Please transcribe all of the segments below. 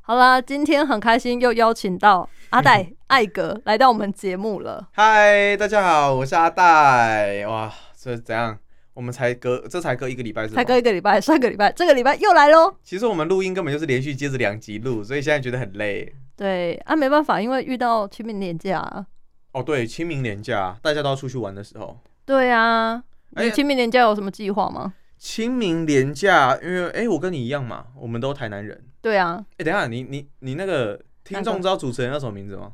好啦，今天很开心又邀请到阿 戴艾格来到我们节目了。嗨，大家好，我是阿戴。哇，这怎样？我们才隔这才隔一个礼拜是吗才？隔一个礼拜，上个礼拜，这个礼拜又来喽。其实我们录音根本就是连续接着两集录，所以现在觉得很累。对啊，没办法，因为遇到清明年假啊。哦，对，清明年假大家都要出去玩的时候，对啊，哎你清明年假有什么计划吗？清明年假，因为哎、我跟你一样嘛，我们都台南人。对啊，哎、等一下，你你你那个听哪个众知道主持人叫什么名字吗？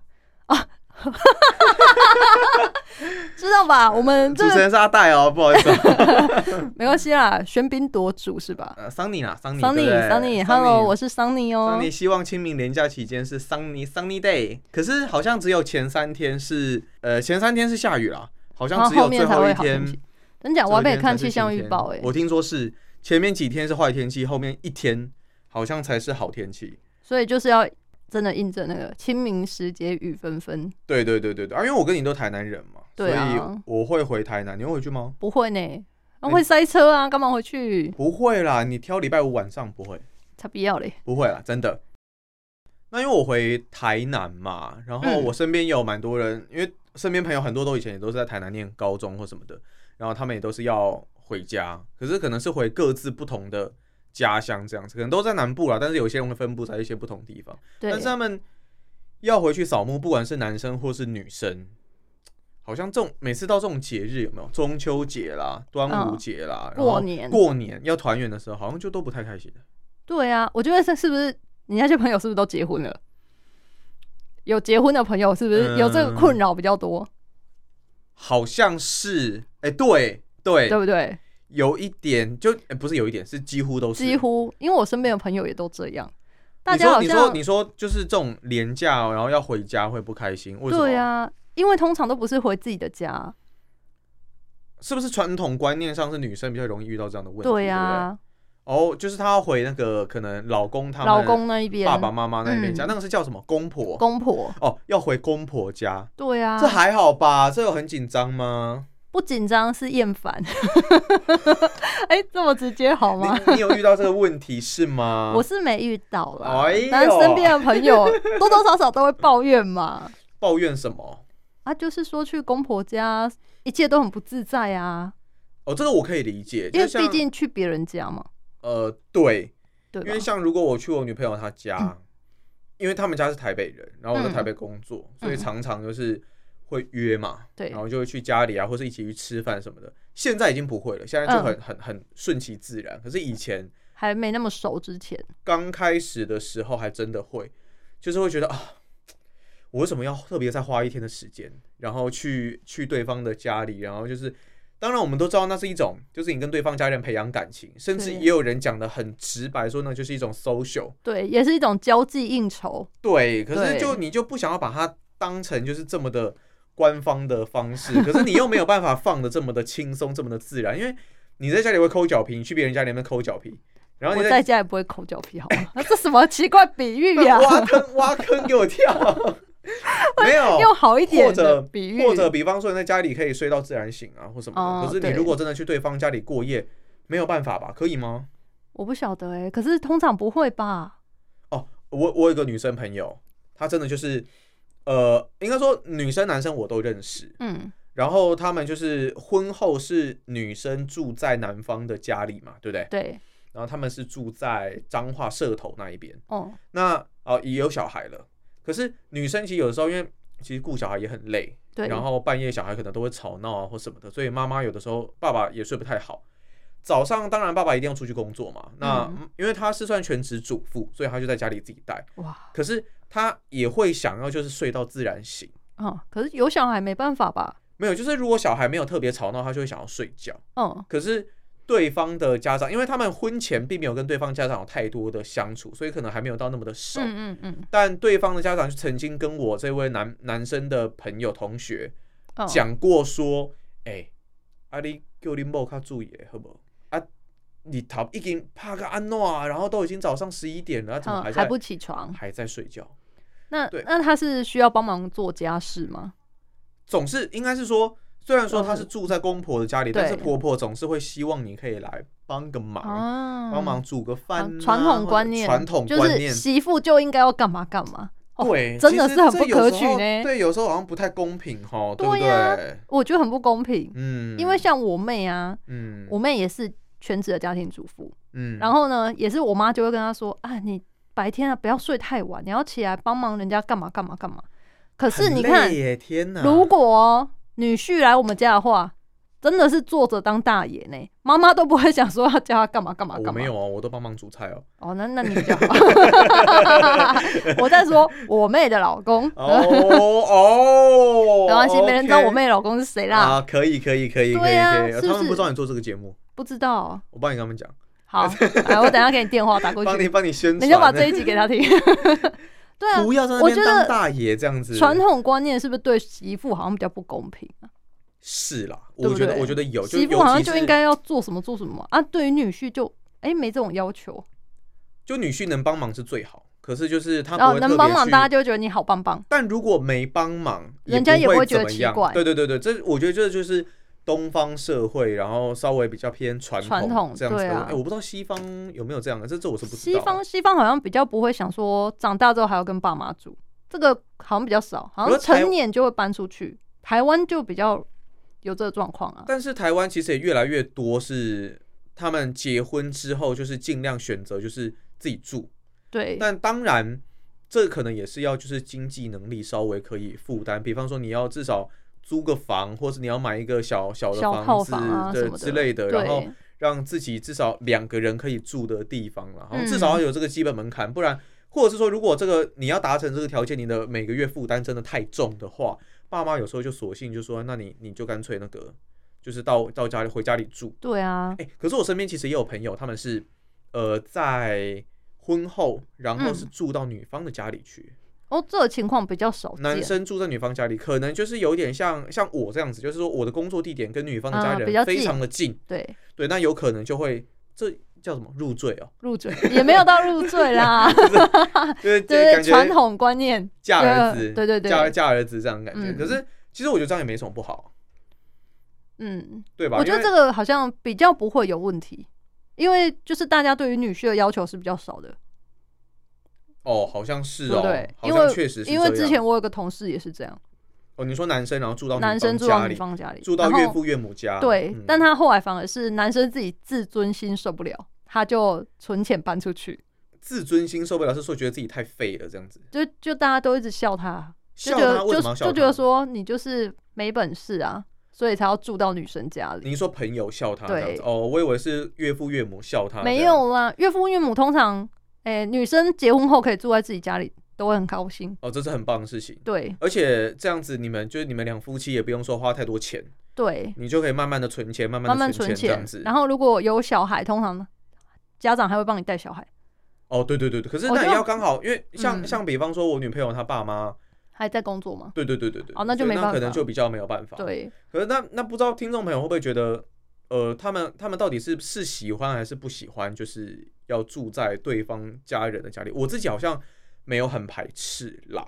知道吧？我们这呃主持个人是阿戴哦，不好意思哦。没关系啦，喧宾夺主是吧呃，桑尼啦，桑尼，桑尼，对不对桑尼，Hello，我是桑尼哦桑。尼希望清明连假期间是桑尼桑尼 day，可是好像只有前三天是呃前三天是下雨啦，好然像后只哦后有面最才后会一好天天。气。等讲，我还没最后有一天才看是气象晴预天报哎。我听说是前面几天是坏天气，后面一天好像才是好天气。所以就是要真的印证那个清明时节雨纷纷。对对对对对，啊，因为我跟你都台南人嘛，对啊所以我会回台南，你会回去吗？不会呢，那、哎会塞车啊，干嘛回去？不会啦，你挑礼拜五晚上不会。才不要嘞。不会啦，真的。那因为我回台南嘛，然后嗯我身边也有蛮多人，因为身边朋友很多都以前也都是在台南念高中或什么的，然后他们也都是要回家，可是可能是回各自不同的家乡这样子，可能都在南部啦，但是有些人会分布在一些不同地方，对但，是他们要回去扫墓，不管是男生或是女生。好像这种每次到这种节日有没有中秋节啦、端午嗯节啦、然后过年。过年要团圆的时候，好像就都不太开心。对啊，我觉得这是不是你那些朋友是不是都结婚了？有结婚的朋友是不是嗯有这个困扰比较多，好像是，哎、对对，对不对？有一点就、哎不是有一点，是几乎都是几。乎，因为我身边的朋友也都这样，大你家说好你说像你说就是这种廉价、然后要回家会不开心，为什么？对啊，因为通常都不是回自己的家，是不是传统观念上是女生比较容易遇到这样的问题？对呀、啊，哦就是她要回那个可能老公他们老公那一边，爸爸妈妈那边家，嗯那个是叫什么公婆？公婆，哦，要回公婆家，对啊，这还好吧？这有很紧张吗？不紧张是厌 烦。哎、这么直接好吗？你你啊有遇到这个问题是吗？我是没遇到啦，哎呦但身边的朋友多多少少都会抱怨嘛。抱怨什么？啊，就是说去公婆家，一切都很不自在啊，哦，这个我可以理解，因为就像毕竟去别人家嘛，呃，对，对吧因为？像如果我去我女朋友她家，因为他们家是台北人，然后我嗯在台北工作，所嗯以常常就是会约嘛，对然后就会去家里啊，或是一起去吃饭什么的。现在已经不会了，现在嗯就很、很很顺其自然。可是以前还没那么熟之前，刚开始的时候，还真的会，就是会觉得啊，我为什么要特别再花一天的时间，然后去去对方的家里，然后就是。当然，我们都知道那是一种，就是你跟对方家人培养感情，甚至对也有人讲的很直白，说那就是一种 social，对，也是一种交际应酬。对，可对是就你就不想要把它当成就是这么的官方的方式，可是你又没有办法放的这么的轻松，这么的自然，因为你在家里会抠脚皮，你去别人家里面抠脚皮，然后我你在啊家也不会抠脚皮，好吗？ 啊这什么奇怪比 喻呀、挖坑挖坑给 我跳，没有。用好一点或的者比喻，或者比方说你在家里可以睡到自然醒啊，或什么的。哦可是对你如果真的去对方家里过夜，没有办法吧？可以吗？我不晓得哎、可是通常不会吧？我我有一个女生朋友，她真的就是，呃，应该说女生男生我都认识，嗯，然后他们就是婚后是女生住在男方的家里嘛，对不对？对，然后他们是住在彰化社头那一边，哦，那啊、呃也有小孩了。可是女生其实有的时候因为其实顾小孩也很累，对，然后半夜小孩可能都会吵闹啊或什么的，所以妈妈有的时候爸爸也睡不太好。早上当然爸爸一定要出去工作嘛，那、因为他是算全职主妇，所以他就在家里自己带。哇，可是他也会想要就是睡到自然醒，嗯，可是有小孩没办法吧？没有就是如果小孩没有特别吵闹，他就会想要睡觉。嗯，可是对方的家长，因为他们婚前并没有跟对方家长有太多的相处，所以可能还没有到那么的熟。嗯嗯嗯，但对方的家长就曾经跟我这位男男生的朋友同学嗯讲过说：“哎、啊你叫你某较注意，好不好？啊，你头已经怕个安诺啊，然后都已经早上十一点了，啊怎么嗯还在、还不起床，还在睡觉？那对那他是需要帮忙做家事吗？总是应该是说，虽然说她是住在公婆的家里，但是哦对婆婆总是会希望你可以来帮个忙，啊，帮忙煮个饭啊啊、传或统者观念，传统就观是念，媳妇就应该要干嘛干嘛。哦对，真其的实是很这不有可时取候呢对，有时候好像不太公平哈，不对呀对？我觉得很不公平，嗯，因为像我妹啊，嗯，我妹也是全职的家庭主妇，嗯，然后呢，也是我妈就会跟她说啊，你白天啊不要睡太晚，你要起来帮忙人家干嘛干嘛干嘛。可是很你看累，啊耶，天哪，如果哦女婿来我们家的话，真的是坐着当大爷呢，妈妈都不会想说要叫他干嘛干嘛干嘛。我没有啊，我都帮忙煮菜 哦。哦，那那你比较好。 我在说我妹的老 公，哦哦，没关系，没人知道 OK 我妹老公是谁啦，啊，可以可以可以可以可对以，啊是不他们不是知道你做这个节目，不知道。我帮你跟他们讲， 好，来，我等一下给你电话打过帮你去，帮你宣你传，就把这一集给他听。 对啊，不要在那我边觉当得大爷这样子，传统观念是不是对媳妇好像比较不公平啊？是啦，对我不觉得对我觉得有，就媳妇尤好像其就是应该要做什么做什么啊，对于女婿就哎、没这种要求，就女婿能帮忙是最好，可是就是他然啊后不会哦能特帮别忙，去大家就会觉得你好棒棒。但如果没帮忙，人家也不不会觉怎得么奇样怪对对对对，这我觉得这就是东方社会，然后稍微比较偏传传统这样子对的。啊哎，我不知道西方有没有这样的，这这我是不知西道。方西方好像比较不会想说长大之后还要跟爸妈住，这个好像比较少，好可像是台成年就会搬出去。台湾就比较有这个状况啊，但是台湾其实也越来越多是他们结婚之后就是尽量选择就是自己住，对，但当然这可能也是要就是经济能力稍微可以负担，比方说你要至少租个房，或是你要买一个小小的小套子房啊什的么之类的，然后对，让自己至少两个人可以住的地方了，好像嗯至少要有这个基本门槛，不然或者是说，如果这个你要达成这个条件，你的每个月负担真的太重的话，爸妈有时候就索性就说，那你你就干脆那个，就是到到家里回家里住。对啊，哎、可是我身边其实也有朋友，他们是呃在婚后，然后嗯是住到女方的家里去，哦，这个情况比较少见，男生住在女方家里，可能就是有点像像我这样子，就是说我的工作地点跟女方的家啊比较人近非常的近，对，对，那有可能就会这叫什么入赘 哦，入赘也没有到入赘啦， 就是就对对，感传觉统观念，嫁儿子，对对对嫁嫁儿子这样的感觉。嗯可是其实我觉得这样也没什么不好，嗯，对吧？我觉得因为这个好像比较不会有问题，因为就是大家对于女婿的要求是比较少的，哦，好像是对哦，不对好因像为确实是因为这之样前我有个同事也是这样，哦，你说男生然后住到女男生方住家到女里，方家里，住到然岳后父岳母家，对，嗯但他后来反而是男生自己自尊心受不了，他就存钱搬出去，自尊心受不了，是说觉得自己太废了这样子，就就大家都一直笑他，就笑觉得他为就什么要笑就他？觉得说你就是没本事啊，所以才要住到女生家里。您说朋友笑他这对样子，哦，我以为是岳父岳母笑他，没，有啦，岳父岳母通常，哎、女生结婚后可以住在自己家里，都会很高兴。哦，这是很棒的事情。对而且这样子，你们就是你们两夫妻也不用说花太多钱，对，你就可以慢慢的存钱，慢慢慢慢的存存钱这钱样子。，然后如果有小孩，通常家长还会帮你带小孩，哦，对对对对，可是我那就也要刚好，因为像、嗯像比方说，我女朋友她爸妈，还在工作嘛。对对对对对，哦那就所以没办可能法就比较没有办法。，对，可是那那不知道听众朋友会不会觉得，呃，他们他们到底是是喜欢还是不喜欢，就是要住在对方家人的家里？我自己好像没有很排斥啦。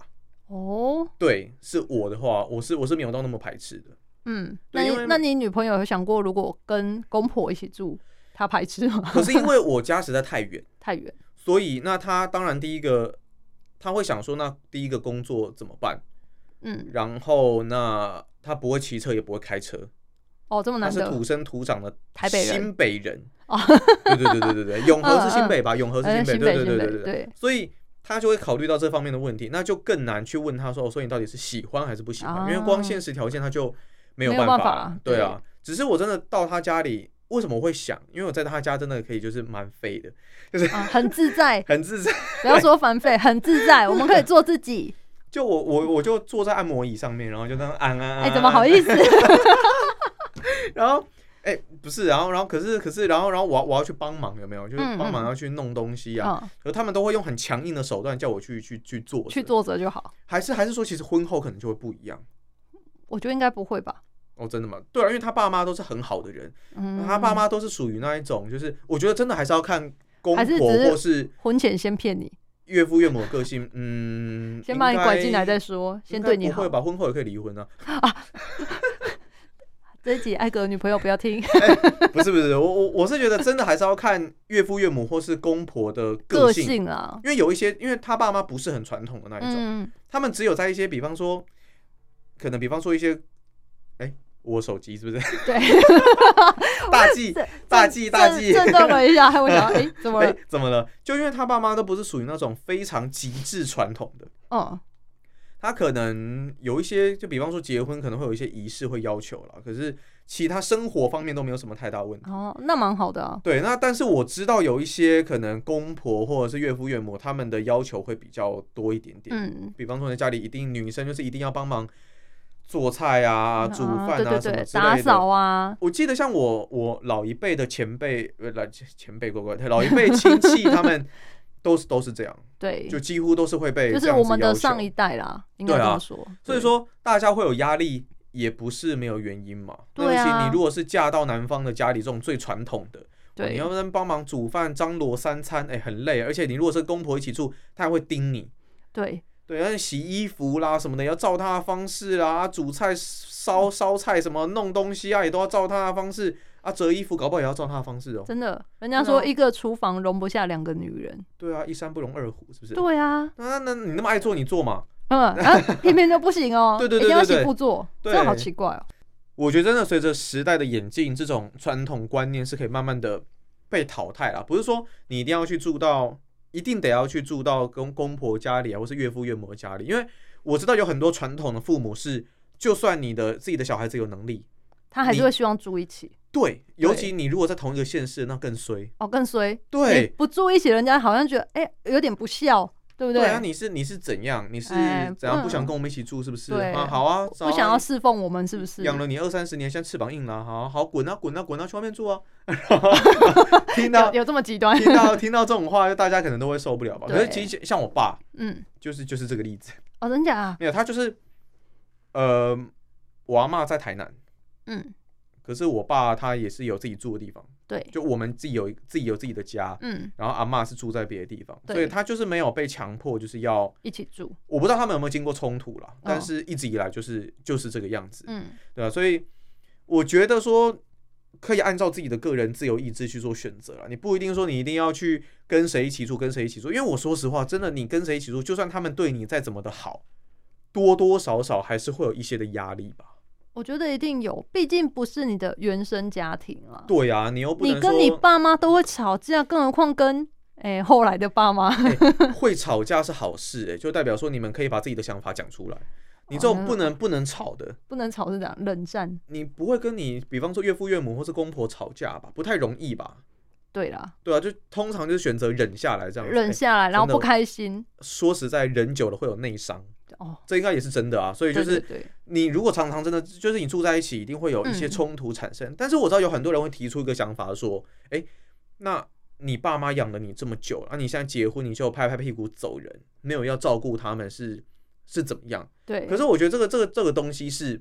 哦，对，是我的话，我是我是没有到那么排斥的。嗯，那对因为你那你女朋友有想过，如果跟公婆一起住，她排斥吗？ 可是因为我家实在太远，太远，所以那他当然第一个他会想说，那第一个工作怎么办？嗯，然后那他不会骑车，也不会开车，哦，这么他难是得，土生土长的台北人新北人。哦对对对对 对对，永和是新北吧？永和是呃新北，新对北对新对对北对对。对所以他就会考虑到这方面的问题，那就更难去问他说：“哦，所以你到底是喜欢还是不喜欢？”啊因为光现实条件他就没有没有办办法了。对啊，只是我真的到他家里，为什么我会想？因为我在他家真的可以就是蛮飞的，，啊，很自在很自在。不要说 反废，很自在，我们可以做自己。就我我我就坐在按摩椅上面，然后就那样按按按。哎，怎么好按意思？然后，哎、不是，然后，然后，可是，可是，然后，然后我要我要去帮忙，有没有？就是嗯帮忙嗯要去弄东西啊。嗯，可他们都会用很强硬的手段叫我去去去做，去，坐着就好。还是还是说，其实婚后可能就会不一样。我觉得应该不会吧。哦，真的吗？对啊，因为他爸妈都是很好的人，嗯，他爸妈都是属于那一种，就是我觉得真的还是要看公还是婆只是或是婚前先骗你，岳父岳母的个性，嗯， 先把你拐进来应该，再说，先应该对你不好会。吧？婚后也可以离婚啊，这一集艾格的女朋友不要 听， 不是不是，我我我是觉得真的还是要看岳父岳母或是公婆的个性，性啊，因为有一些，因为他爸妈不是很传统的那一种，嗯，他们只有在一些，比方说，可能比方说一些，哎、我手机是不 是对，大忌这 大忌大忌？震震动了一下，还我想， 哎，怎么哎、了？怎么了？就因为他爸妈都不是属于那种非常极致传统的，嗯，他可能有一些，就比方说结婚可能会有一些仪式会要求了，可是其他生活方面都没有什么太大问题。哦，那蛮好的啊，对，那但是我知道有一些可能公婆或者是岳父岳母他们的要求会比较多一点点，嗯，比方说在家里一定女生就是一定要帮忙做菜啊、煮对饭啊嗯对什么对，之打类扫的。啊，我记得像我我老一辈的前辈呃老前辈乖乖 老一辈亲戚他们都是都是这样，对，就几乎都是会被就是这样我子们的要求上一代啦，应该对这啊么说。所以对，说大家会有压力，也不是没有原因嘛。那对尤啊其你如果是嫁到南方的家里，这种最传统的，哦对你要不然帮忙煮饭、张罗三餐，哎、很累。而且你如果是公婆一起住，他还会盯你，对，对，而且洗衣服啦什么的，要照他的方式啦，啊煮菜、烧烧菜什么弄东西啊，也都要照他的方式啊，折衣服搞不好也要照他的方式哦、真的，人家对啊说一个厨房容不下两个女人。对啊，一山不容二虎，是不是？对啊，那那你那么爱做，你做嘛？嗯，然 后偏偏就不行哦， 对对一对定要对对洗布做，对真的好奇怪哦。我觉得真的随着时代的演进，这种传统观念是可以慢慢的被淘汰啦。不是说你一定要去住到，一定得要去住到公公婆家里啊，或是岳父岳母家里，因为我知道有很多传统的父母是，就算你的自己的小孩子有能力，他还是你会希望住一起对，尤其你如果在同一个县市，那更衰。哎哦，更衰。你对，不住一起，人家好像觉得哎、有点不孝，对不对啊，你是你是怎样？你是哎怎样不不想跟我们一起住，是不是？对啊，好啊，不想要侍奉我们，是不是？养了你二三十年，现在翅膀硬了，好好滚啊滚啊滚啊，去外面 住啊！听到有有这么极端？听到听到这种话，就大家可能都会受不了吧。可是对其实像我爸，嗯，就是就是这个例子，哦，真假啊？没有他就是，呃，我阿嬷在台南，嗯，可是我爸他也是有自己住的地方，对，就我们自己有自己有自己的家，嗯，然后阿嬷是住在别的地方，对所以他就是没有被强迫，就是要一起住，我不知道他们有没有经过冲突啦，但是一直以来就是就是这个样子，哦嗯，对啊，所以我觉得说可以按照自己的个人自由意志去做选择了，你不一定说你一定要去跟谁一起住，跟谁一起住，因为我说实话，真的你跟谁一起住，就算他们对你再怎么的好，多多少少还是会有一些的压力吧。我觉得一定有，毕竟不是你的原生家庭啊。对啊，你又不你能跟你说爸妈都会吵架，更何况跟哎、后来的爸妈。 会吵架是好事、欸，就代表说你们可以把自己的想法讲出来。你这哦种那不能不能吵的，不能吵是这样，冷战。你不会跟你比方说岳父岳母或是公婆吵架吧？不太容易吧？对啦，对啊，就通常就是选择忍下来这样子。忍欸下来，然后真不的开心。说实在，忍久了会有内伤，哦，这应该也是真的啊。所以就对是对对，你如果常常真的就是你住在一起，一定会有一些嗯冲突产生。但是我知道有很多人会提出一个想法说，哎、那你爸妈养了你这么久，啊那、你现在结婚你就拍拍屁股走人，没有要照顾他们是是怎么样？对，可是我觉得这个这个这个东西是，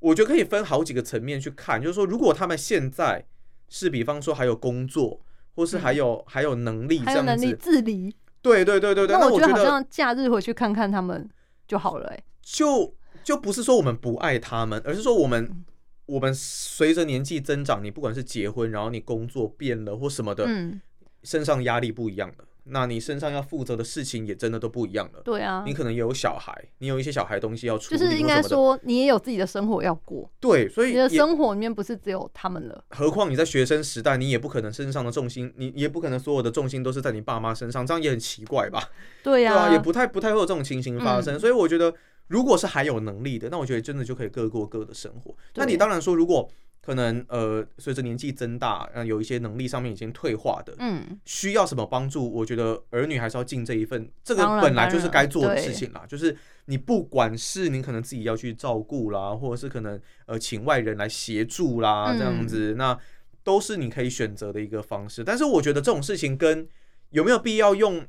我觉得可以分好几个层面去看，就是说如果他们现在是比方说还有工作，或是还有、还有能力嗯这还有能样力子，自理。对对对对对，那我觉得好得像假日回去看看他们就好了、欸。就就不是说我们不爱他们，而是说我嗯们我们随着年纪增长，你不管是结婚，然后你工作变了或什么的，嗯，身上压力不一样了，那你身上要负责的事情也真的都不一样了。对啊你，可能也有小孩，你有一些小孩东西要处就理，是应该或什么的，说你也有自己的生活要过，对，所以你的也生活里面不是只有他们了。何况你在学生时代，你也不可能身上的重心，你也不可能所有的重心都是在你爸妈身上，这样也很奇怪吧？对嗯对呀、啊，也不太不太会有这种情形发生。所以我觉得，如果是还有能力的，那我觉得真的就可以各过各的生活。那对你当然说，如果可能呃，随着年纪增大，嗯、有一些能力上面已经退化的，嗯，需要什么帮助，我觉得儿女还是要尽这一份，这个当然本来当就是然该做的对事情啦。就是你不管是你可能自己要去照顾啦，或者是可能呃请外人来协助啦，这样嗯子，那都是你可以选择的一个方式。但是我觉得这种事情跟有没有必要用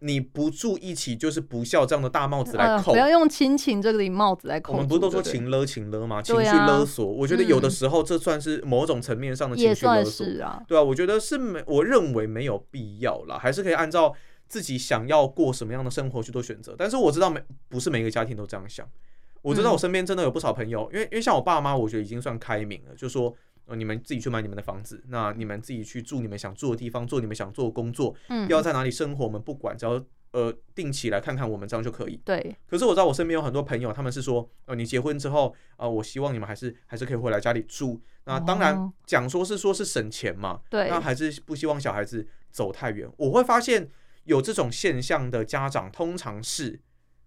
你不住一起就是不孝这样的大帽子来呃，扣不。要用亲情这个礼帽子来扣我住。们不是都说对对情勒情勒吗？情对绪啊勒索，我觉得有的嗯时候这算是某种层面上的情也绪算勒索。是啊，对啊，我觉得是没，我认为没有必要啦，还是可以按照自己想要过什么样的生活去做选择。但是我知道每不是每个家庭都这样想，我知道嗯我身边真的有不少朋友，因为因为像我爸妈，我觉得已经算开明了，就说。呃你们自己去买你们的房子，那你们自己去住你们想住的地方，做你们想做的工作，嗯，要在哪里生活我们不管，只要呃定期来看看我们这样就可以。对，可是我知道我身边有很多朋友，他们是说，呃，你结婚之后，啊，我希望你们还是还是可以回来家里住。那当然哦讲说是说是省钱嘛，对，那还是不希望小孩子走太远。我会发现有这种现象的家长，通常是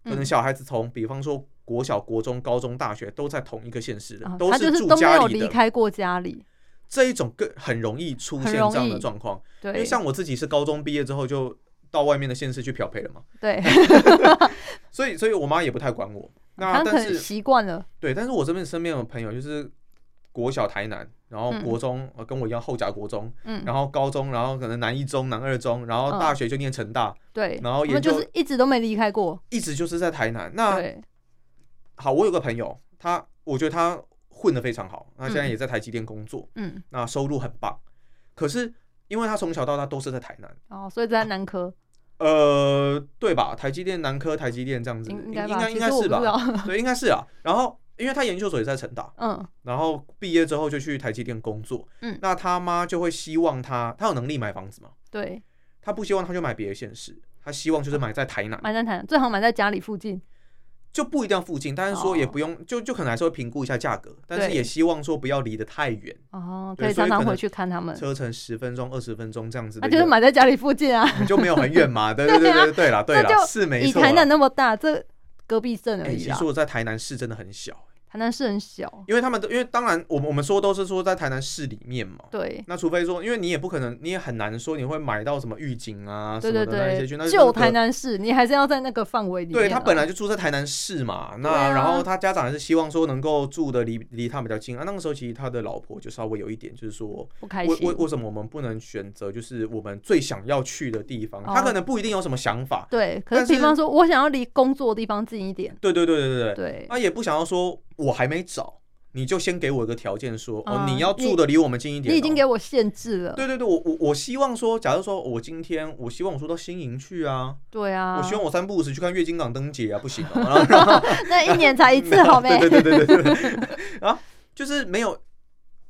可能嗯小孩子从比方说国小、国中、高中、大学都在同一个县市的，啊都他就是住都没家有里离的，开过家里，这一种更很容易出现很这容样的易状况。因为对，像我自己是高中毕业之后就到外面的县市去漂配了嘛，对，所以所以我妈也不太管我。那他可但能是习惯了，对，但是我这边身边有朋友就是国小台南，然后国中、呃跟我一样后甲国中，嗯，然后高中，然后可能南一中、南二中，然后嗯大学就念成大，对，然后他研们就究啊是一直都没离开过，一直就是在台南。那对，好，我有个朋友，他我觉得他混得非常好，他现在嗯也在台积电工作，嗯，那收入很棒。可是因为他从小到大都是在台南，哦，所以在南科呃，对吧？台积电、南科、台积电这样子，应应该该吧，应其该实我是不知吧？道， 对，应该是啊。然后因为他研究所也在成大，嗯然后毕业之后就去台积电工作。嗯那他妈就会希望他，他有能力买房子吗？对，他不希望他就买别的县市，他希望就是买在台南，买在台南，最好买在家里附近，就不一定要附近，但是说也不用，就就可能还是会评估一下价格，但是哦对也希望说不要离得太远，哦，对可以所以常常可能回去看他们，车程十分钟、二十分钟这样子那的一就是个，买在家里附近啊，就没有很远嘛。对 对对对对啦，对那啦，就是 没以错台啦。南那么大，这隔壁镇而哎，已其啦实，啊我在台南市真的很小，台南市很小，因为他们都因为当然我们我们说都是说在台南市里面嘛，对。那除非说，因为你也不可能，你也很难说你会买到什么预警啊对什对么的那一些对去，那，就就可能台。南市，你还是要在那个范围里面啊。对他本来就住在台南市嘛，那、对啊然后他家长还是希望说能够住的离离他比较近啊。那个时候其实他的老婆就稍微有一点，就是说，不开为心为。为什么我们不能选择就是我们最想要去的地方？哦他可能不一定有什么想法，对，可但是是比方说，我想要离工作的地方近一点，对对对对对对，对，他也不想要说我还没找，你就先给我一个条件说，哦啊你要住的离我们近一点、你哦，已经给我限制了，对对对，我我我希望说，假如说我今天我希望我说到新营去啊，对啊，我希望我三不五时去看月经港灯节啊，不行、哦，然 后然后那一年才一没次，有好没？ 对对对对对对对，然后就是没有，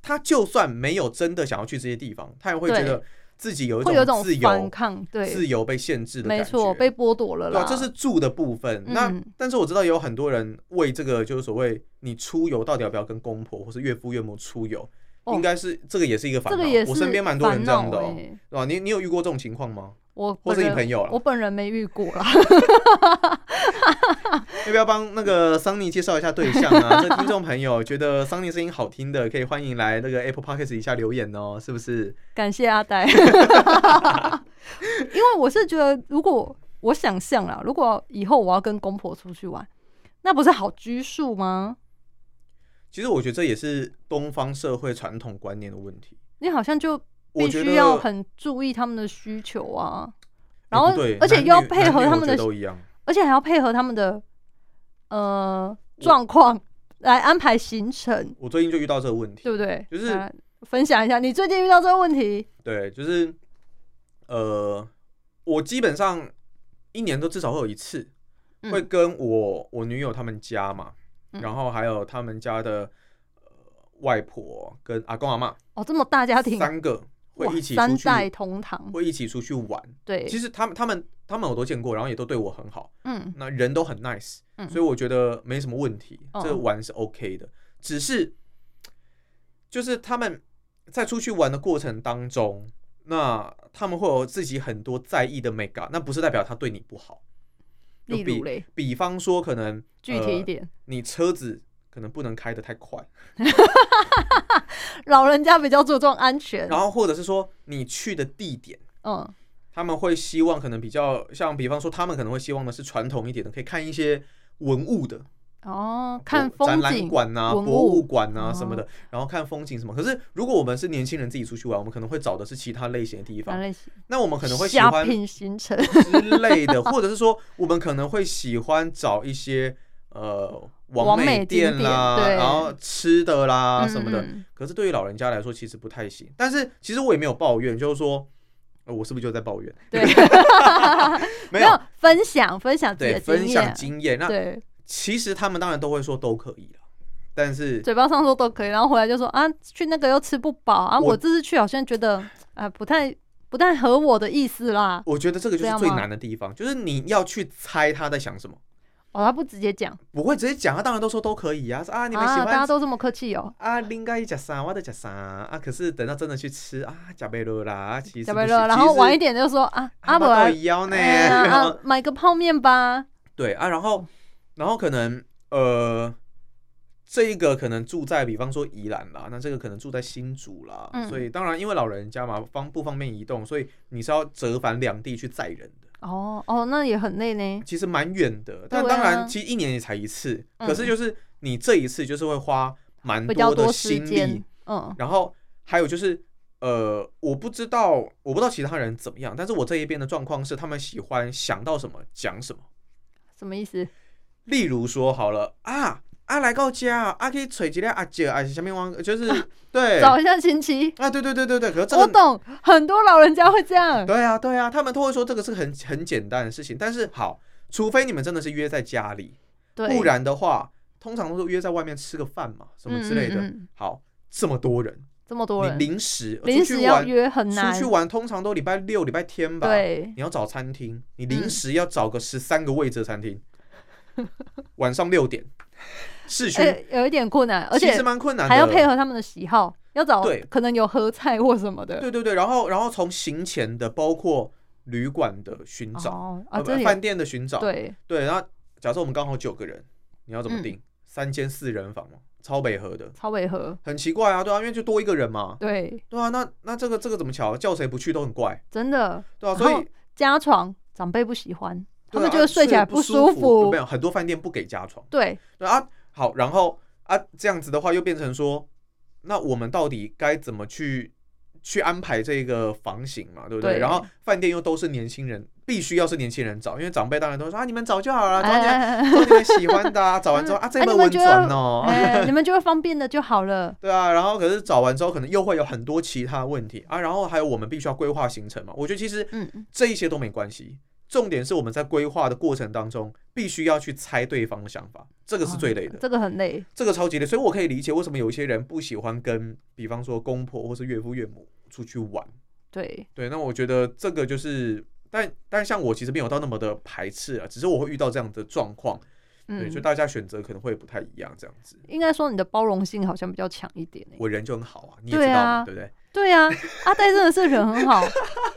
他就算没有真的想要去这些地方，他也会觉对得自己有一会有一种种自反由、抗，对，自由被限制的感没觉，错，被剥夺了对啦啊，，这是住的部分。那嗯但是我知道也有很多人为这个就是所谓你出游到底要不要跟公婆或是岳父岳母出游，哦应该是这个也是一个烦这恼个也。是我身边蛮多人这样的、烦哦恼，欸对吧、你你有遇过这种情况吗？我或本是你人朋友啦啊我？本人没遇过啦，要不要帮那个桑尼介绍一下对象 啊？这听众朋友觉得桑尼声音好听的，可以欢迎来那个 Apple Podcast 底下留言哦，是不是？感谢阿呆，因为我是觉得，如果我想象啦，如果以后我要跟公婆出去玩，那不是好拘束吗？其实我觉得这也是东方社会传统观念的问题。你好像就我必觉须得要很注意他们的需求啊，然哎后不对而且男女要配合他男女们我觉得的都一样。而且还要配合他们的呃状况来安排行程，我最近就遇到这个问题，对不对？就是来分享一下你最近遇到这个问题，对，就是呃，我基本上一年都至少会有一次，嗯会跟我我女友他们家嘛，嗯然后还有他们家的、呃、外婆跟阿公阿妈哦，这么大家庭，三个会哇一起三出去，代同堂，会一起出去玩。对，其实他们他们他们我都见过，然后也都对我很好，嗯那人都很 nice，、嗯所以我觉得没什么问题，嗯这玩是 OK 的。只是就是他们在出去玩的过程当中，那他们会有自己很多在意的 make up，那不是代表他对你不好。就例如嘞，比方说，可能具体一、呃点，嗯你车子可能不能开得太快，老人家比较注重安全，然后或者是说你去的地点。嗯，他们会希望可能比较像，比方说，他们可能会希望的是传统一点的，可以看一些文物的，哦，看博风展览景，馆呐、文物博物馆呐、哦什么的，然后看风景什么。可是如果我们是年轻人自己出去玩，我们可能会找的是其他类型的地哪方，类型？那我们可能会喜虾欢品行程，之类的， 或者是说我们可能会喜欢找一些呃完美美景店啦，点对然后吃的嗯啦啊什么的。 嗯可是对于老人家来说，其实不太行。但是其实我也没有抱怨，就是说。呃我是不是就在抱怨？对，没没有分享分享自己的对，分经享验，经验。那对，其实他们当然都会说都可以了，但是嘴巴上说都可以，然后回来就说啊，去那个又吃不饱啊，我我这次去好像觉得啊不太不太合我的意思啦。我觉得这个就这是样最吗难的地方，就是你要去猜他在想什么，哦，他不直接讲不会直接讲，他当然都说都可以啊，说啊你们喜啊，大欢家都这么客气哦，啊，应该吃啥，我在吃啥啊。可是等到真的去吃啊，加贝乐啦，啊其实小不白行乐，然后其实晚一点就说啊，阿阿伯伯到腰呢， 然后啊买个泡面吧，对啊，然后然后可能呃，这一个可能住在比方说宜兰啦，那这个可能住在新竹啦，嗯所以当然因为老人家嘛方不方便移动，所以你是要折返两地去载人的。哦哦，那也很累呢。其实蛮远的，但对当然，啊其实一年也才一次，嗯可是就是你这一次就是会花蛮比较的多时心间力，，嗯，然后还有就是，呃，我不知道我不知道其他人怎么样，但是我这一边的状况是，他们喜欢想到什么讲什么。什么意思？例如说，好了啊啊来到家啊，啊可以吹几粒阿姐啊，下面王 就是、对找一下亲戚，啊，对对对对对，可是这我个懂，很多老人家会这样，对啊对啊，他们都会说这个是很很简单的事情，但是好，除非你们真的是约在家里，对不，然的话，通常都是约在外面吃个饭嘛，什么之类的。嗯嗯嗯好，这么多人，这么多人你临时临出时去要玩，约很难出，去玩通常都礼拜六、礼拜天吧。，对，嗯你要找餐厅，你临时要找个十三个位置的餐 厅，晚上六点，市区、哎，有一点困难，而其且实蛮困难的，还要配合他们的喜好，要找对可能有合菜或什么的。对对对，然后然后从行前的包括旅馆的寻找，哦啊，呃这里饭店的寻找，对对，然后假设我们刚好九个人，你要怎么嗯定？三间四人房嘛，超北合的。超违和，很奇怪啊，对啊，因为就多一个人嘛，对，对啊，那那这个这个怎么巧？啊叫谁不去都很怪，真的对啊，然所后以加床长辈不喜欢，他对啊们觉得睡起来不舒没有很多饭店不给加床，对，对啊，好，然后啊这样子的话又变成说，那我们到底该怎么去去安排这个房型嘛，对不对？对然后饭店又都是年轻人，必须要是年轻人找，因为长辈当然都会说啊你们找就好了，找你们、哎找你们喜欢的啊，找 完之后啊这啊本你稳们觉得赚哦，哎，你们就会方便的就好了。对啊，然后可是找完之后，可能又会有很多其他问题啊，然后还有我们必须要规划行程嘛。我觉得其实嗯，这一些都没关系，重点是我们在规划的过程当中，必须要去猜对方的想法，这个是最累的，哦这个很累，这个超级累。所以我可以理解为什么有一些人不喜欢跟，比方说公婆或是岳父岳母出去玩。对，对，那我觉得这个就是，但但像我其实没有到那么的排斥啊，只是我会遇到这样的状况，对，嗯就，大家选择可能会不太一样这样子。应该说你的包容性好像比较强一点欸我人就很好啊，你也知对道嘛，啊对不对？对啊，阿呆真的是人很好，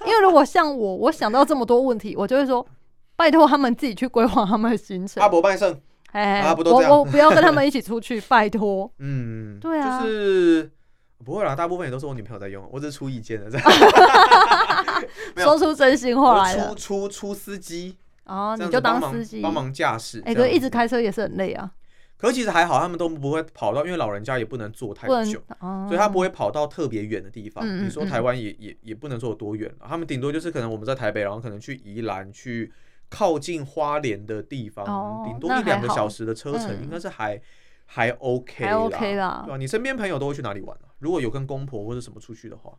因为如果像我，我想到这么多问题，我就会说。拜托他们自己去规划他们的行程阿，伯拜圣，哎、啊不都这样我我不要 跟他们一起出去，拜托。嗯，对啊就是不会啦，大部分也都是我女朋友在用，我只是出意见的，这样 没有说出真心话来我出了，出出司机，哦，这你样就子帮当忙司机。帮忙驾驶，哎、可这是样一直子，开车也是很累啊，可是其实还好，他们都不会跑到，因为老人家也不能坐太不能久。，哦所以他不会跑到特别远的地方。嗯嗯你说嗯台湾也也也不能说有多远了，他们顶多就是可能我们在台北，然后可能去宜兰去靠近花莲的地方哦，顶、多那一两个还好小时的车程，嗯应该是还还 OK 还 OK 啦。啦对，啊，你身边朋友都会去哪里玩啊？如果有跟公婆或者什么出去的话，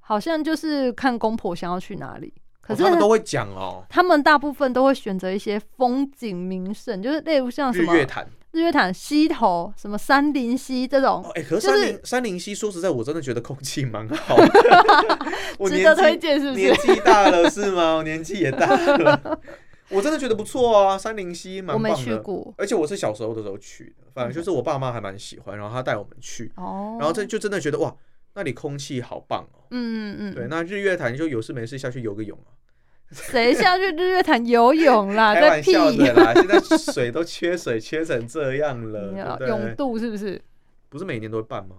好像就是看公婆想要去哪里。可哦是他们都会讲哦，他们大部分都会选择一些风景名胜，就是例如像什日么月潭日月潭、溪头、什么山林溪这种哦，，哎、可是就山是林、山林溪，说实在，我真的觉得空气 蛮好的。我值年得纪推荐是不年是？纪大了是吗？我年纪也大了，我真的觉得不错啊，山林溪蛮我棒的。没去过而且我是小时候的时候去的，反正就是我爸妈还蛮喜欢，然后他带我们去，哦，然后这就真的觉得哇，那里空气好棒哦。嗯嗯对，嗯，那日月潭就有事没事下去游个泳啊，谁下去日月潭游泳啦？ 开在玩屁笑 的啦，现在水都缺水，缺成这样了，对不永对？渡是不是？不是每年都会办吗？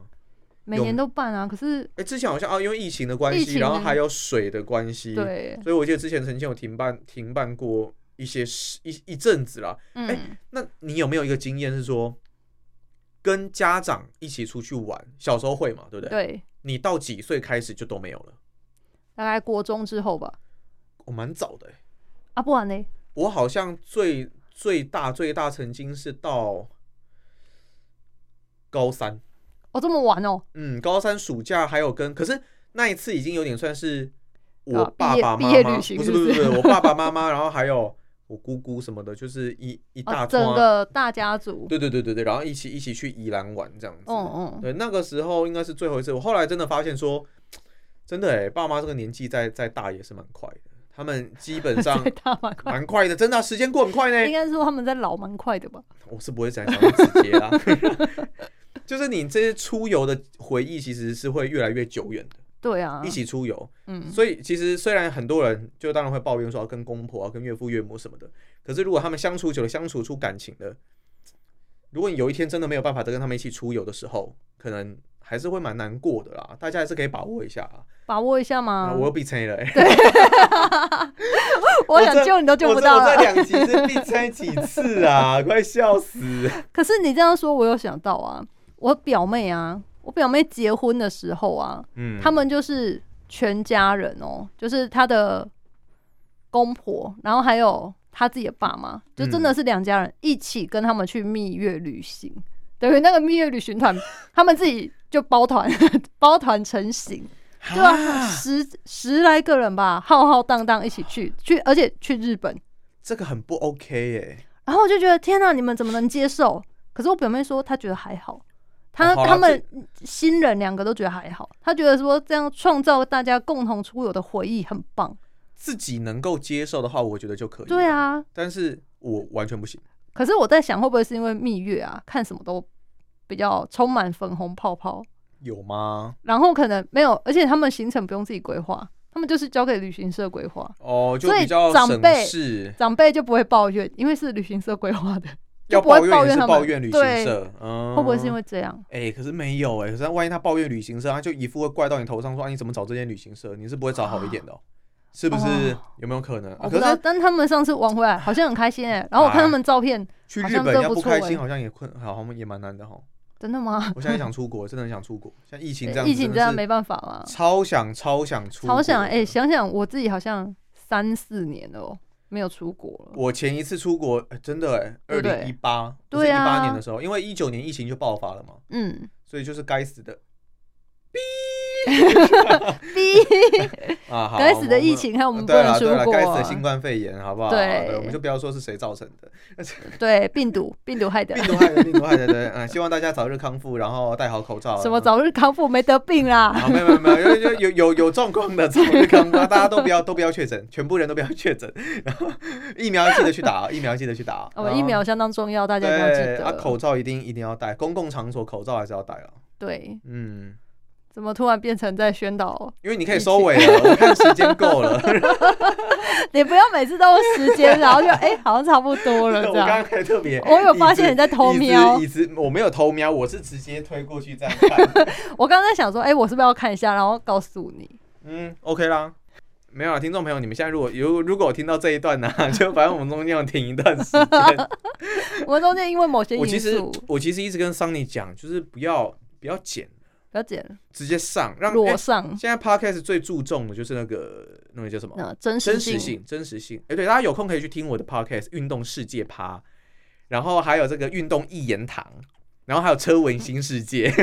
每永年都办啊，可是哎，之前好像啊，因为疫情的关疫系，情然后呢还有水的关系，对，所以我记得之前曾经有停办停办过一些事一一阵子啦。嗯，那你有没有一个经验是说，跟家长一起出去玩，小时候会嘛，对不对？对，你到几岁开始就都没有了？大概国中之后吧。我蛮早的欸、啊，不然呢？我好像最最大最大曾经是到高三，哦，这么晚哦，嗯，高三暑假还有跟，可是那一次已经有点算是我啊爸毕业爸妈毕业妈，旅行不是是不不是不是是我爸爸妈妈，然后还有。我姑姑什么的，就是一一大哦，团、整个大家族，对对对对对，然后一起一起去宜兰玩这样子。嗯嗯，对，那个时候应该是最后一次。我后来真的发现说，真的哎、爸妈这个年纪再再大也是蛮快的，他们基 本上在大蛮快，蛮快的，真的啊、时间过很快应呢。该说他们在老蛮快的吧？我是不会讲讲那么直接啦， 就是你这些出游的回忆其实是会越来越久远的，对啊，一起出游。嗯，所以其实虽然很多人就当然会抱怨说要跟公婆啊、跟岳父岳母什么的，可是如果他们相处久了，相处出感情了，如果你有一天真的没有办法再跟他们一起出游的时候，可能还是会蛮难过的啦。大家还是可以把握一下啊。把握一下嘛啊，。我又必猜了、 欸， 我我想这救你都救我不这到啊我这了。两集是必猜几次啊，快笑死！ 可是你这样说，我有想到啊，我表妹啊，我表妹结婚的时候啊，嗯，他们就是全家人哦，就是她的公婆，然后还有她自己的爸妈，就真嗯的是两家人一起跟他们去蜜月旅行，等于那个蜜月旅行 团，他们自己就包团 包团成型，对啊，啊十十来个人吧，浩浩荡荡一起去去，而且去日本，这个很不 OK 哎、然后我就觉得天哪、你们怎么能接受？可是我表妹说她觉得还好，她、哦好啦他们新人两个都觉得还好，她觉得说这样创造大家共同出游的回忆很棒。自己能够接受的话，我觉得就可以。对，啊，但是我完全不行。可是我在想会不会是因为蜜月啊，看什么都比较充满粉红泡泡，有吗？然后可能没有，而且他们行程不用自己规划，他们就是交给旅行社规划，哦，就所以比较长省辈事。长辈就不会抱怨，因为是旅行社规划的，要就不会抱抱怨也怨是他抱们怨旅行对社，嗯，会不会是因？为这样？哎、可是没有哎、可是万一他抱怨旅行社，他就一副会怪到你头上说，啊，你怎么找这间旅行社？你是不会找好一点的、哦，是不是？哦有没有可能？啊我不可知道，是但他们上次玩回来好像很开心哎、然后我看他们照片，去好日像本真要不不错开哎心，好像也困，好像也蛮难的哈。真的吗？我现在想出国，真的很想出国，像疫情这 样，疫情这样没，办法啦，超想超想出国，好想哎、想想我自己好像三四年了、哦，没有出国了。我前一次出国，哎真的哎、对二不零对一八，对一八啊年的时候，因为一九年疫情就爆发了嘛，嗯，所以就是该死的第一啊， 好该死我的们疫情，害我嗯们不对能了出对了，该死国啊的。新冠肺炎，好不好？啊对我们就不要说是谁造成的，对，病毒病毒害的病，毒害的，病毒害的， 对，嗯，希望大家早日康复，然后戴好口罩。什么早？早日康复，没得病啦。 啊，没有没有没有，有有有有状况的早 日康复，啊大家都不要都不要确诊，全部人都不要确诊， 然后疫苗要记得去打，啊 疫苗要记得去打。哦，然后疫苗相当重要，大家一定要记对，啊，得。口罩一定一定要戴，公共场所口罩还是要戴了。对，嗯，怎么突然变成在宣导？哦因为你可以收尾了，我看时间够了， 你不要每次都用时 间，然后就哎、好像差不多了我这样。刚刚还特别，我有发现你在偷椅子瞄椅子我没有偷瞄，我是直接推过去这样看。我刚刚在想说，哎、我是不是要看一下，然后告诉你？嗯，OK 啦。没有啊，听众朋友，你们现在如果有如果有听到这一段呢、 就反正我们中间有停一段时间。 我们中间因为某些我其因实素，我其实一直跟桑尼讲，就是不要不要剪，不要剪直接上，让因裸为上，现在 podcast 最注重的就是那个那个叫什么？那呃真哦真实实性。性，真实性。哎、对，大家有空可以去听我的 podcast《运动世界趴》，然后还有这个运动一言堂，然后还有车文新世界。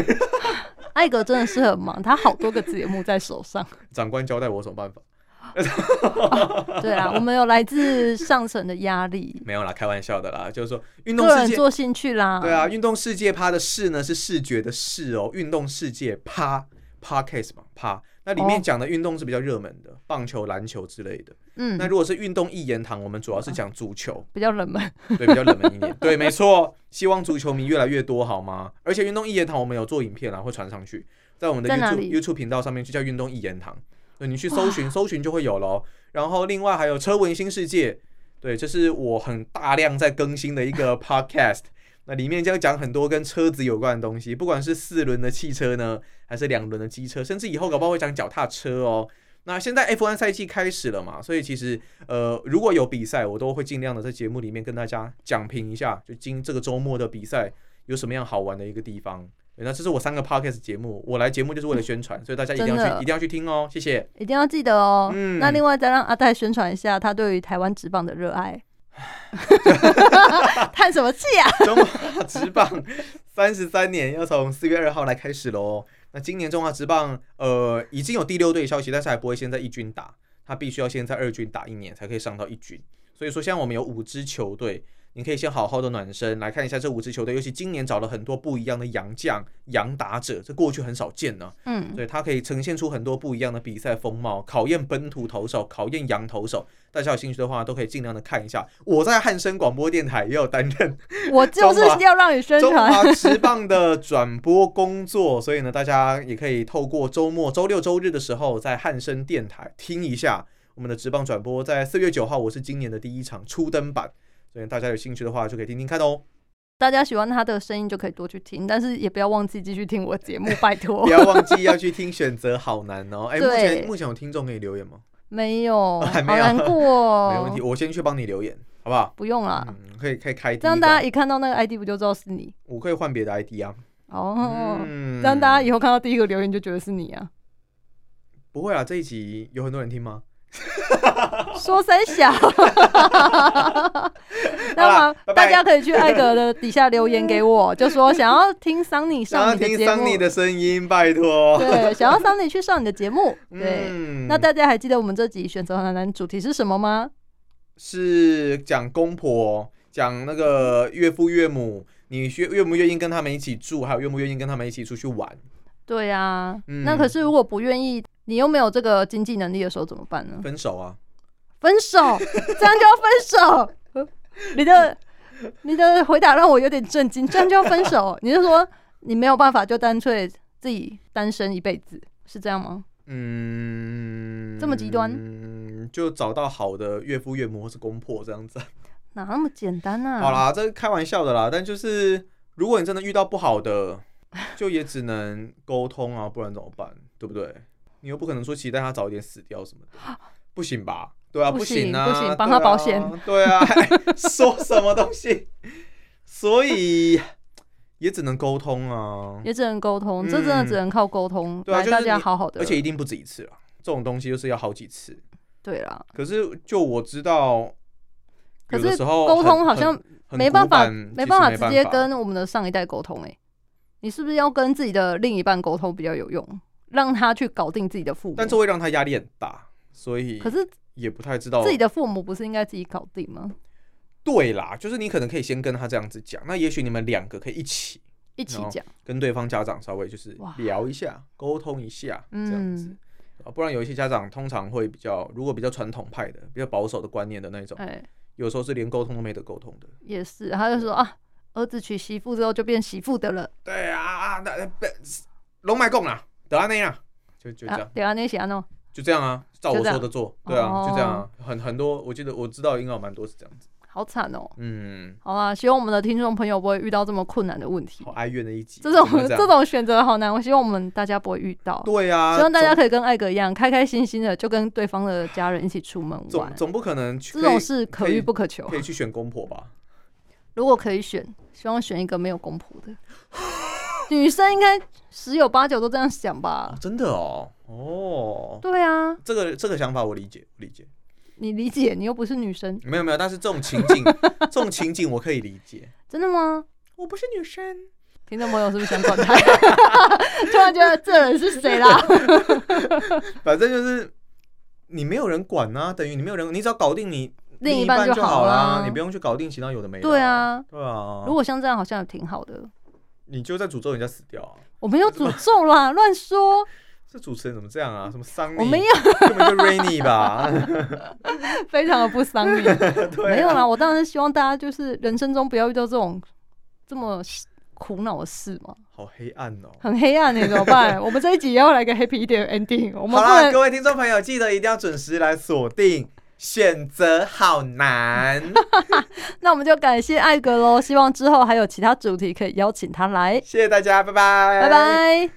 艾格真的是很忙，他好多个节目在手 上。长官交代我有什么办法？对啊，我们有来自上层的压力，没有啦，开玩笑的啦，就是说运动个世人界做兴趣啦。对啊，，运动世界趴的视呢是视觉的视哦，运动世界趴 podcast 嘛趴，那里面哦讲的运动是比较热门的，棒球、篮球之类的。那嗯，如果是运动一言堂，我们主要是讲足球，比较冷门。 对，比较冷门一点。对，没错，希望足球迷越来越多，好吗？而且运动一言堂我们有做影片啊，会传上去，在我们的在哪 YouTube 里 YouTube 频道上面就叫运动一言堂，对，你去搜寻搜寻就会有喽。然后另外还有车文新世界，对，这是我很大量在更新的一个 Podcast。那里面将讲很多跟车子有关的东西，不管是四轮的汽车呢，还是两轮的机车，甚至以嗯后搞不好会讲脚踏车哦。那现在 F1 赛季开始了嘛，所以其实呃，如果有比赛，我都会尽量的在节目里面跟大家讲评一下，就今这个周末的比赛有什么样好玩的一个地方。对那这是我三个 podcast 节目，我来节目就是为了宣传，所以大家一定要嗯真去，的一定要去听哦，谢谢。一定要记得哦。嗯那另外再让阿泰宣传一下他对于台湾职棒的热 爱。叹什么气啊？ 中华职棒三十三年要从四月二号来开始喽。那今年中华职棒呃已经有第六队消息，但是还不会先在一军打，他必须要先在二军打一年才可以上到一军。所以说，现在我们有五支球队，你可以先好好的暖身，来看一下这五支球队，尤其今年找了很多不一样的洋将、洋打者，这过去很少见呢、嗯，对，它可以呈现出很多不一样的比赛风貌，考验本土投手，考验洋投手。大家有兴趣的话，都可以尽量的看一下。我在汉声广播电台也有担任我就是要让 你宣中传，华职棒的转播工作，所以呢，大家也可以透过周末、周六、周日的时候，在汉声电台听一下我们的职棒转播。在四月九号，我是今年的第一场初登版，所以大家有兴趣的话，就可以听听看哦。大家喜欢他的声音就可以多去听，但是也不要忘记继续听我节 目，拜托 不。要忘记要去听选择，好难哦。哎、目对前目前有听众可以留言吗？没有，好 还没有难过没哦问题，，我先去帮你留言，好不好？不用啦，嗯，可以可以开第这样一大家个一看到那个 ID 不就知道是你我可以换别的 ID 啊。哦。嗯这样大家以后看到第一个留言就觉得是你啊，不会啊，这一集有很多人听吗？嗯说三 小，那么拜拜大家可以去艾格的底下留言给 我，就说想要听桑尼想要上你听的节桑尼目，的声音，拜托。对，想要桑尼去上你的节目，对。 嗯那大家还记得我们这集选择很难主题是什么吗？是讲公婆，讲那个岳父岳母，你愿愿不愿意跟他们一起住，还有愿不愿意跟他们一起出去玩？对啊，嗯那可是如果不愿意，你又没有这个经济能力的时候怎么办呢？分手啊，分手，这样就要分手。你的你的回答让我有点震惊，这样就要分手？你是说你没有办法就干脆自己单身一辈子，是这样吗？嗯，这么极端嗯，就找到好的岳父岳母或是公婆这样子。哪那么简单啊？好，啦，这是开玩笑的啦。但就是，如果你真的遇到不好的， 就也只能沟通啊，不然怎么办？对不对？你又不可能说期待他早一点死掉什么的，不行吧？对啊，不行行啊，不行对啊帮他保险。对啊， 说什么东西？所以也只能沟通啊，也只能沟通，嗯这真的只能靠沟通对啊来就是大家你好好的。而且一定不止一次了。这种东西就是要好几次。对啦，可是就我知道，可有是的时候沟通很好像很很没办古法板其实没没办办法直接跟我们的上一代沟通哎、你是不是要跟自己的另一半沟通比较有用，让他去搞定自己的父母？但这会让他压力很大，所以可是也不太知道自己的父母不是应该自己搞定吗？对啦，就是你可能可以先跟他这样子讲，那也许你们两个可以一起一起然后讲，跟对方家长稍微就是哇聊一下、沟通一下这样子嗯，啊，不然有一些家长通常会比较，如果比较传统派的、比较保守的观念的那种，哎、有时候是连沟通都没得沟通的。也是，他就说啊，儿子娶媳妇之后就变媳妇的了，对啊啊，那那不龙脉共啦，德安那样，就就这样啊，，对啊，那些啊喏，就这样啊，照就我这样说的做，对啊，哦就这样啊，很很多，我记得我知道应该有蛮多是这样子，好惨哦、嗯，好啦，希望我们的听众朋友不会遇到这么困难的问题好。哀怨的一集，这种怎么会这样种选择好难，我希望我们大家不会遇到。对啊，希望大家总可以跟艾格一样，开开心心的，就跟对方的家人一起出门玩总。总不可能去这可以种事可遇不可求可。以去选公婆吧？如果可以选，希望选一个没有公婆的。女生应该十有八九都这样想吧啊，？真的哦，哦，对啊，这个这个想法我理解，我理解。你理解，你又不是女生，没有没有，但是这种情 境，这种情境我可以理解。真的吗？我不是女生，听众朋友是不是想转 台？突然觉得这人是谁啦？反正就是你没有人管啊，等于你没有人，你只要搞定你另一一半半就就好啦啦，你不用去搞定其他有的没的。对，啊，对啊如，果像这样好像也挺好的。你就在诅咒人家死掉啊！我没有诅咒 啦，乱说，这主持人怎么这样啊？什么桑尼？我没有，根本就 Rainy 吧？非常的不丧礼。 对啊没有啦，我当然是希望大家就是人生中不要遇到这种这么苦恼的事嘛，好黑暗哦。很黑暗、欸，怎么 办？我们这一集要来个 happy 一点的 ending，我们好不啦，能各位听众朋友，记得一定要准时来锁定。选择好 难，那我们就感谢艾格喽，希望之后还有其他主题可以邀请他来，谢谢大家，拜拜，拜拜。